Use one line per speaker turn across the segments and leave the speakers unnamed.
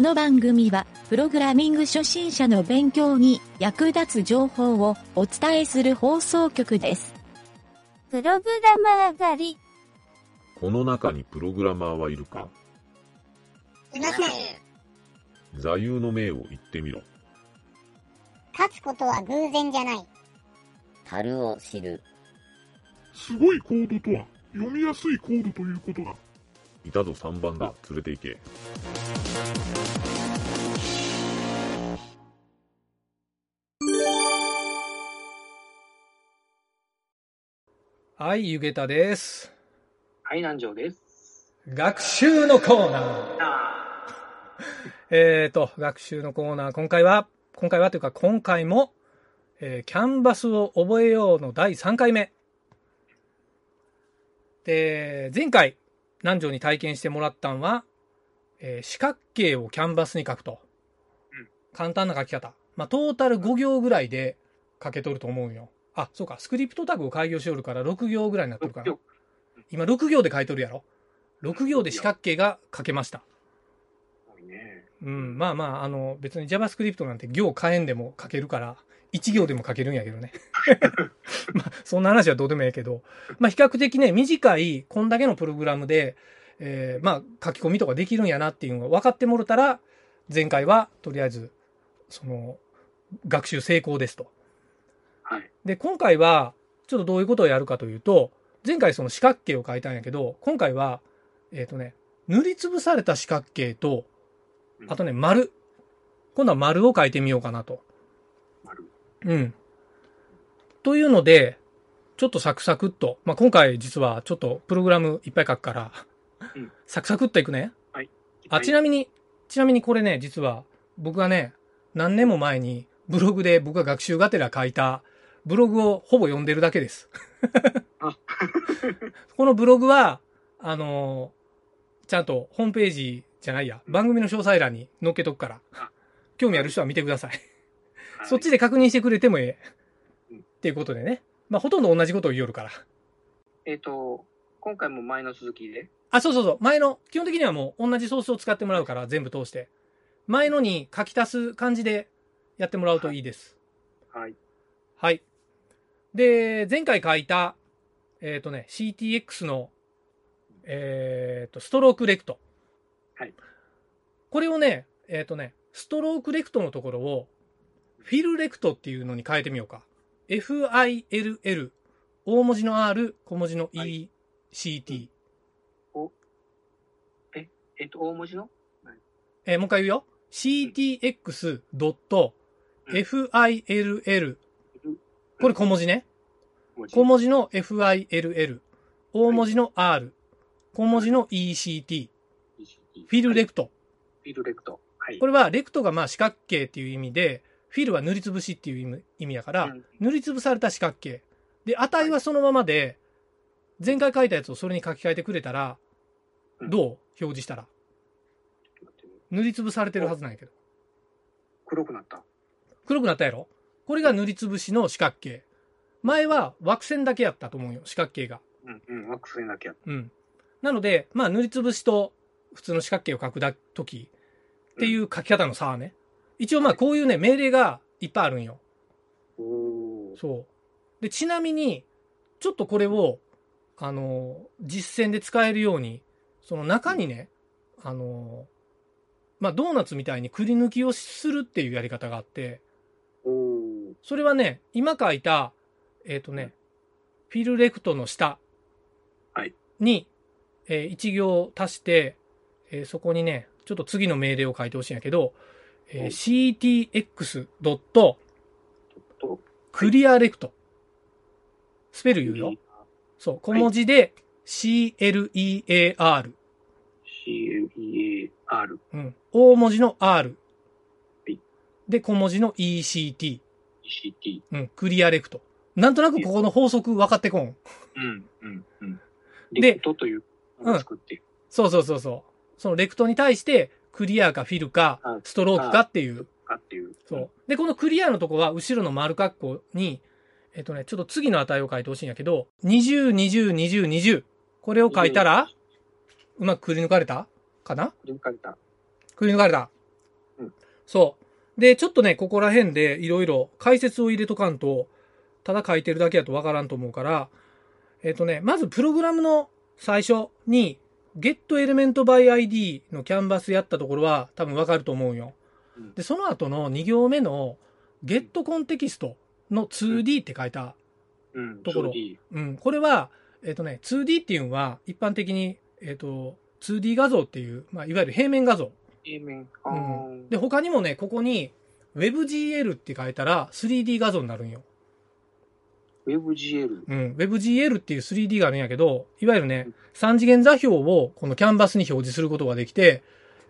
の番組は、プログラミング初心者の勉強に役立つ情報をお伝えする放送局です。
プログラマー上がり。
この中にプログラマーはいるか
いません。
座右の銘を言ってみろ。
勝つことは偶然じゃない。
樽を知る。
すごいコードとは、読みやすいコードということだ。
いたぞ3番だ、連れて行け。
はい、ゆげたです。
はい、南條です。
学習のコーナー。えーと、学習のコーナー、今回は、今回はというか今回も、えーキャンバスを覚えようの第3回目。で、前回、南條に体験してもらったんは、えー四角形をキャンバスに書くと
うん。
簡単な書き方。まあ、トータル5行ぐらいで書けとると思うんよ。あ、そうか、スクリプトタグを開業しおるから6行ぐらいになってるから。今6行で書いとるやろ6行で四角形が書けました
ね。
うんまあまああの別に JavaScript なんて行変えんでも書けるから1行でも書けるんやけど ねまあそんな話はどうでもええけどまあ比較的ね短いこんだけのプログラムで、えーまあ書き込みとかできるんやなっていうのが分かってもろたら前回はとりあえずその学習成功ですと
はい。
で、今回は、ちょっとどういうことをやるかというと、前回その四角形を書いたんやけど、今回は、えっ、とね、塗りつぶされた四角形と、あとね、丸。今度は丸を書いてみようかなと。
丸
うん。というので、ちょっとサクサクっと、まあ、今回実はちょっとプログラムいっぱい書くから
うん、
サクサクっといくね。あ、ち
は
なみに、ちなみにこれね、実は、僕がね、何年も前に、ブログで僕が学習がてら書いた、ブログをほぼ読んでるだけです
あ。
このブログは、あのーちゃんとホームページじゃないや、番組の詳細欄に載っけとくから
あ、
興味ある人は見てください。
い
そっちで確認してくれてもええ。
うん
っていうことでね。まあ、ほとんど同じことを言いよるから。
えっ、と、今回も前の続きで、
あ、そうそうそう。前の、基本的にはもう同じソースを使ってもらうから、全部通して。前のに書き足す感じでやってもらうといいです。
はい。
はい。で、前回書いた、えっ、とね、CTX の、えっ、と、ストロークレクト。
はい。
これをね、えっ、とね、ストロークレクトのところを、フィルレクトっていうのに変えてみようか。FILL、大文字の R、小文字の ECT。
えっ、と、大文字の
えーもう一回言うよ。ctx.fill。これ小文字ね。
文字。
小文字の fill。大文字の r。小文字の ect。
ECT
フィルレ
ク
クト。
ト。フィルレクト。はい。
こ
れ
れはレクトがまあ四角形っていう意味で、フィルは塗りつぶしっていう意味意味だから、塗りつぶされた四角形。で、値はそのままで、前回書いたやつをそれに書き換えてくれたら、
うん
どう表示したら。塗りつぶされてるはずなんやけど。
黒くなった。
黒くなったやろこれが塗りつぶしの四角形。前は枠線だけやったと思うよ、四角形が。
うん、うん、ワックスになきゃ。
うん。なので、まあ塗りつぶしと普通の四角形を書くだときっていう書き方の差はね。一応まあこういうね、命令がいっぱいあるんよ。
おお。
そう。で、ちなみに、ちょっとこれを、あのー、実践で使えるように、その中にね、あのー、まあドーナツみたいにくり抜きをするっていうやり方があって、
おお。
それはね、今書いた、えっ、とね、フィルレクトの下
はい
に、えー1行足して、えーそこにね、ちょっと次の命令を書いてほしいんやけど、えー、
と、
ctx.clearrect。スペル言うよ。そう、小文字で clear。
CLEAR。
うん。大文字の r
い。
で、小文字の ect。
ECT。
うん、クリアレクト。なんとなくここの法則分かってこん。
うん、うん、うん。
で
レクトというのを作って、
そうそうそうそう。そのレクトに対して、クリアかフィルか
はい、
ストロークかっていう。
かっていう。
そう。で、このクリアのとこは、後ろの丸括弧に、えっとね、ちょっと次の値を書いてほしいんやけど、20、20、20、20。これを書いたら、うまくくり抜かれたかな
で抜かれた。
くり抜かれた。そう。で、ちょっとね、ここら辺でいろいろ解説を入れとかんと、ただ書いてるだけやとわからんと思うから、えっ、とね、まずプログラムの最初に、getElementById のキャンバスやったところは多分わかると思うよ
うん。
で、その後の2行目の getContext の 2D って書いた。
うん。
ところ
2D
うん、これは、えっ、とね、2D っていうのは一般的に、えっ、と、2D 画像っていう、まあ、いわゆる平面画像。
平面。あ
う
ー
ん、で他にもねここに WebGL って書いたら 3D 画像になるんよ、
WebGL。
うん、WebGL っていう 3D があるんやけどいわゆるね3次元座標をこのキャンバスに表示することができて、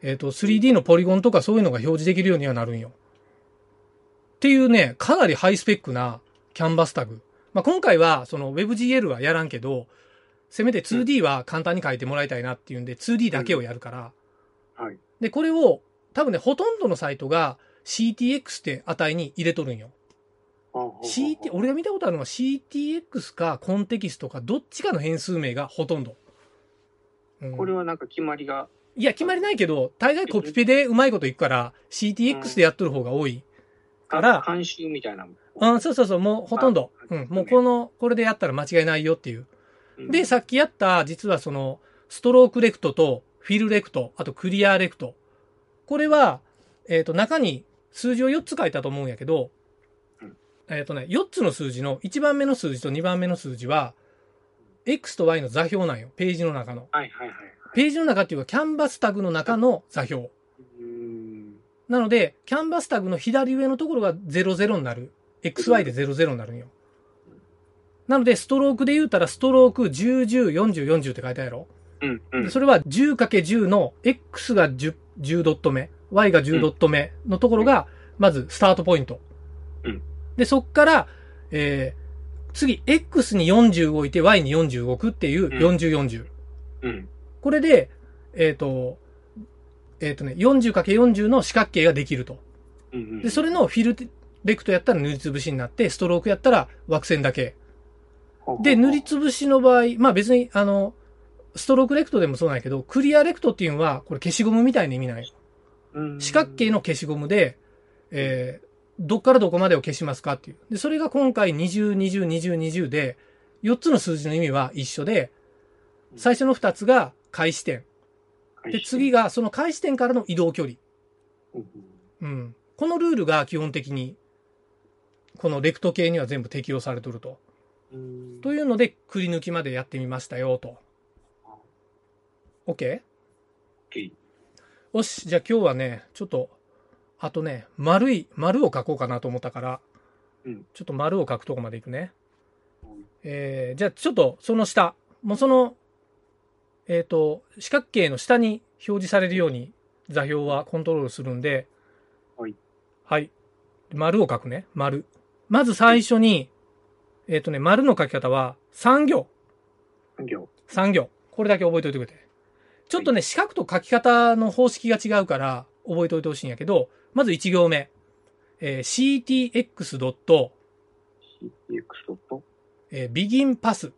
えっと 3D のポリゴンとかそういうのが表示できるようにはなるんよっていうねかなりハイスペックなキャンバスタグ、まあ、今回はその WebGL はやらんけどせめて 2D は簡単に書いてもらいたいなっていうんで 2D だけをやるから、
はい。
で、これを多分ね、ほとんどのサイトが CTX って値に入れとるんよ。
あー
CT、俺が見たことあるのは CTX かコンテキストかどっちかの変数名がほとんど。うん
これはなんか決まりが、
いや、決まりないけど、大概コピペでうまいこといくから、CTX でやっとる方が多い。から
監修みたいなもん。
うん、そうそうそう、もうほとんど。
あ
うん、もうこの、これでやったら間違いないよっていう。
うん
で、さっきやった、実はその、ストロークレクトと、フィルレクト、あとクリアレクト。これは、えっ、と、中に数字を4つ書いたと思うんやけど
うん、
えっ、とね、4つの数字の1番目の数字と2番目の数字は、X と Y の座標なんよ。ページの中の。
はいはいはい。
ページの中っていうか、キャンバスタグの中の座標。
うーん。
なので、キャンバスタグの左上のところが00になる。XY で00になるんよ。なので、ストロークで言うたら、ストローク10、10、40、40って書いてあるやろ。
うんう
で
ん。
それは 10×10 の X が 10, 10ドット目、Y が10ドット目のところが、まずスタートポイント。
うん
で、そっから、えー、次、X に40置いて Y に40置くっていう40、40。
うん。
これで、えっ、と、えっ、とね、40×40 の四角形ができると。
うんうん。
で、それのフィルレクトやったら塗りつぶしになって、ストロークやったら枠線だけ。
ほうほうほう、
で、塗りつぶしの場合、まあ別に、あの、ストロークレクトでもそうなんやけど、クリアレクトっていうのは、これ消しゴムみたいな意味なんよ。
うん
四角形の消しゴムで、えー、どっからどこまでを消しますかっていう。で、それが今回20、20、20、20で、4つの数字の意味は一緒で、最初の2つが開始点。で、次
が、
がその開始点からの移動距離。
うん
うん。このルールが基本的に、このレクト系には全部適用されとると。
うん
というので、くり抜きまでやってみましたよ、と。OK?
うん
よし、じゃあ今日はね、ちょっと、あとね、丸い、丸を書こうかなと思ったから、
うん
ちょっと丸を書くとこまで行くね。
うん
えー、じゃあちょっとその下、もうその、えっ、と、四角形の下に表示されるように座標はコントロールするんで、
はい。
はい。丸を書くね、丸。まず最初に、えっ、とね、丸の書き方は3行。
産業。
産行。これだけ覚えておいてくれて。ちょっとね、四角と書き方の方式が違うから、覚えておいてほしいんやけど、まず1行目。えー ctx. ドット、
CX と、
えー beginpass。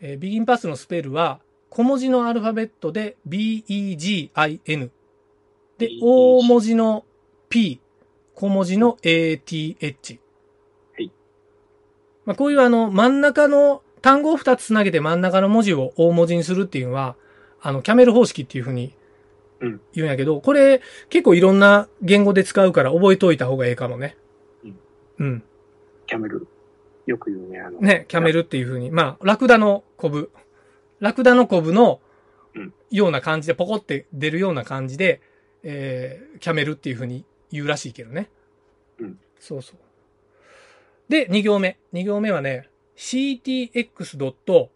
えー beginpass のスペルは、小文字のアルファベットで begin。で
BEGIN、
大文字の p、小文字の ath。
はい。
まあ、こういうあの、真ん中の、単語を2つつなげて真ん中の文字を大文字にするっていうのは、あの、キャメル方式っていうふうに
うん
言うんやけど、これ結構いろんな言語で使うから覚えといた方がええかもね。
うん
うん。
キャメル。よく言うね、あの。
ね、キャメルっていう風に、まあ、ラクダのコブ。ラクダのコブの
うん
ような感じで、ポコって出るような感じで、えー、キャメルっていう風に言うらしいけどね。
うん
そうそう。で、2行目。2行目はね、ctx.arc。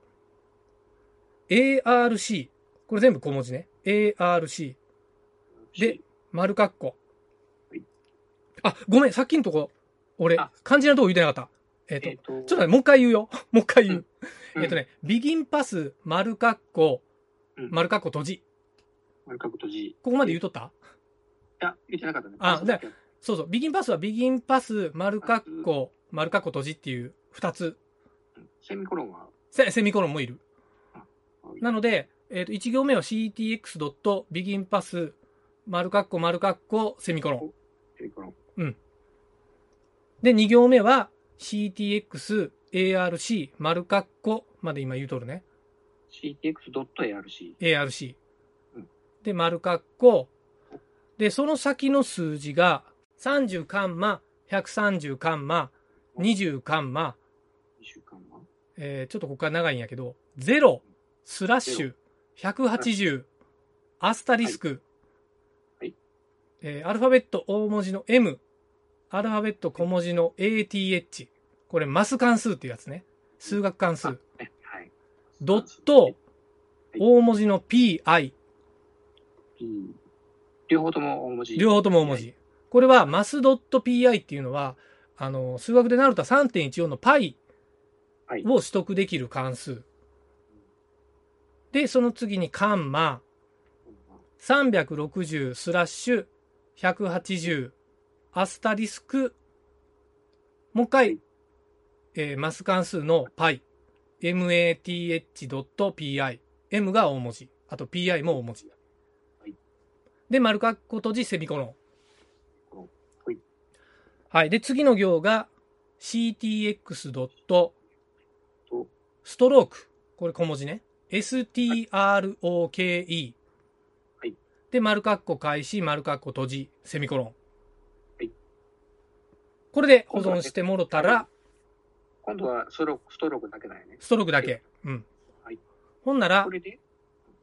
これ全部小文字ね。arc。で、丸括弧
はい。
あ、ごめん、さっきのとこ、俺
あ、
漢字のとこ言うてなかった。えっ、と
えっ、、と、
ちょっとね、もう一回言うよ。 もう一回言う。
うん
えっとね、ビギンパス、丸括弧、
うん
丸括弧閉じ。
丸角と G。い
ここまで言うとった
や、言ってなかったね。
あでそうそう。ビギンパスはビギンパス、丸括弧、丸括弧閉じっていう二つ。
セミコロンは、
セセミコロンもいる。
あ
なので、えっ、と、1行目は ctx. ビギンパス、丸括弧丸括弧セミコロン。
セミコロン。
で、2行目は CTX ARC 丸括弧まで今言うとるね。
CTX.ARC。
ARC
うん。
で、丸括弧。で、その先の数字が30カンマ、130カンマ、20カンマ、
2週間は
えーちょっとここから長いんやけど、0スラッシュ180アスタリスク、
はい
えーアルファベット大文字の M、アルファベット小文字の ATH、これマス関数っていうやつね。数学関数。
えはい。
ドット
い
大文字の PI、
うん
両方とも大文字。
両方とも大文字。これはマスドット PI っていうのは、あの、数学でなると3.14の π
はい
を取得できる関数。で、その次にカンマ、360スラッシュ180アスタリスクもう一回、えーマス関数の π math.pi m が大文字あと pi も大文字、
はい
で丸括弧閉じセミコロン
はい、
はい、で次の行が ctx. ドット
と
ストロークこれ小文字ね stroke で、丸括弧開始、丸括弧閉じ、セミコロン。
はい
これで保存してもろたら、
今度はストローク、ストロークだけだよね。
ストロークだけ。うん。
はい
ほんなら
こ、れで、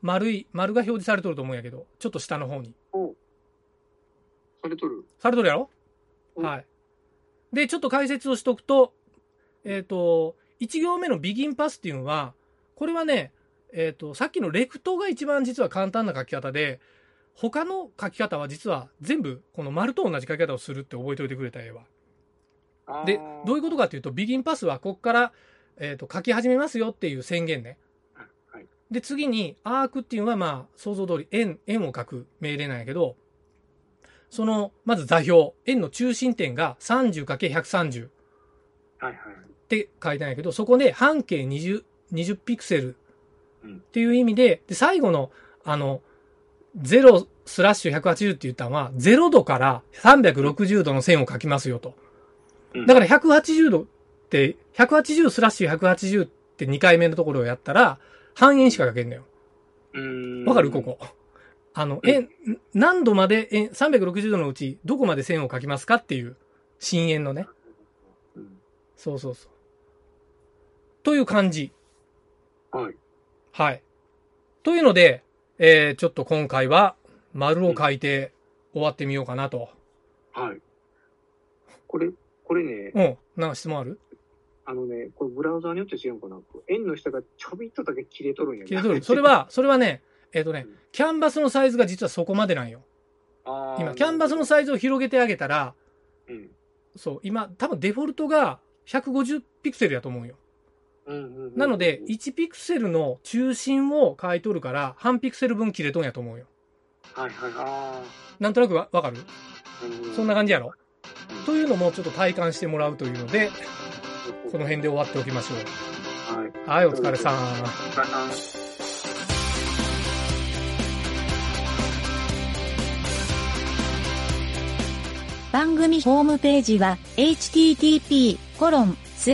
丸い、丸が表示されとると思うんやけど、ちょっと下の方に。
おそれ取る。
されとるやろ
うん
はい。で、ちょっと解説をしとくと、えっ、と、1行目のビギンパスっていうのは、これはね、えっ、と、さっきのレクトが一番実は簡単な書き方で、他の書き方は実は全部この丸と同じ書き方をするって覚えておいてくれたらええわ。
あー
で、どういうことかというと、ビギンパスはここから、えー、と書き始めますよっていう宣言ね。
はい
で、次に、アークっていうのは、まあ、想像通り円、円を書く命令なんやけど、その、まず座標、円の中心点が 30×130 っ
はいはい。
て書いたんやけど、そこで半径 20, 20ピクセル
うん
っていう意味で、で、最後の、あの、0スラッシュ180って言ったのは、0度から360度の線を書きますよと。
うん
だから180度って、180スラッシュ180って2回目のところをやったら、半円しか書けんのよ。
うーん
わかるこ。こ。あの、
うん
円、ん何度まで円、360度のうち、どこまで線を書きますかっていう、深円のね。
うん
そうそうそう。という感じ。
はい。
はい。というので、えー、ちょっと今回は、丸を書いて終わってみようかなと。
はい。これ、これね、
うん。なんか質問ある
あのね、これブラウザーによって違うんかな。こう円の下がちょびっとだけ切れとるんや
切れ とる。それ、は、それはね、えっ、とね
うん、
キャンバスのサイズが実はそこまでなんよ。今、キャンバスの
さ、
サイズを広げてあげたら、
うん。
そう、今、多分デフォルトが150ピクセルやと思うよ。
うんうんうん
なので、1ピクセルの中心を書いとるから、半ピクセル分切れとんやと思うよ。
はいはい。あ
なんとなくわわかる
あ。
そんな感じやろ
うん
というのもちょっと体感してもらうというので、
じ
この辺で終わっておきましょう。
はい。
はい、お疲れさん。
あ
番組ホームページは http コロンス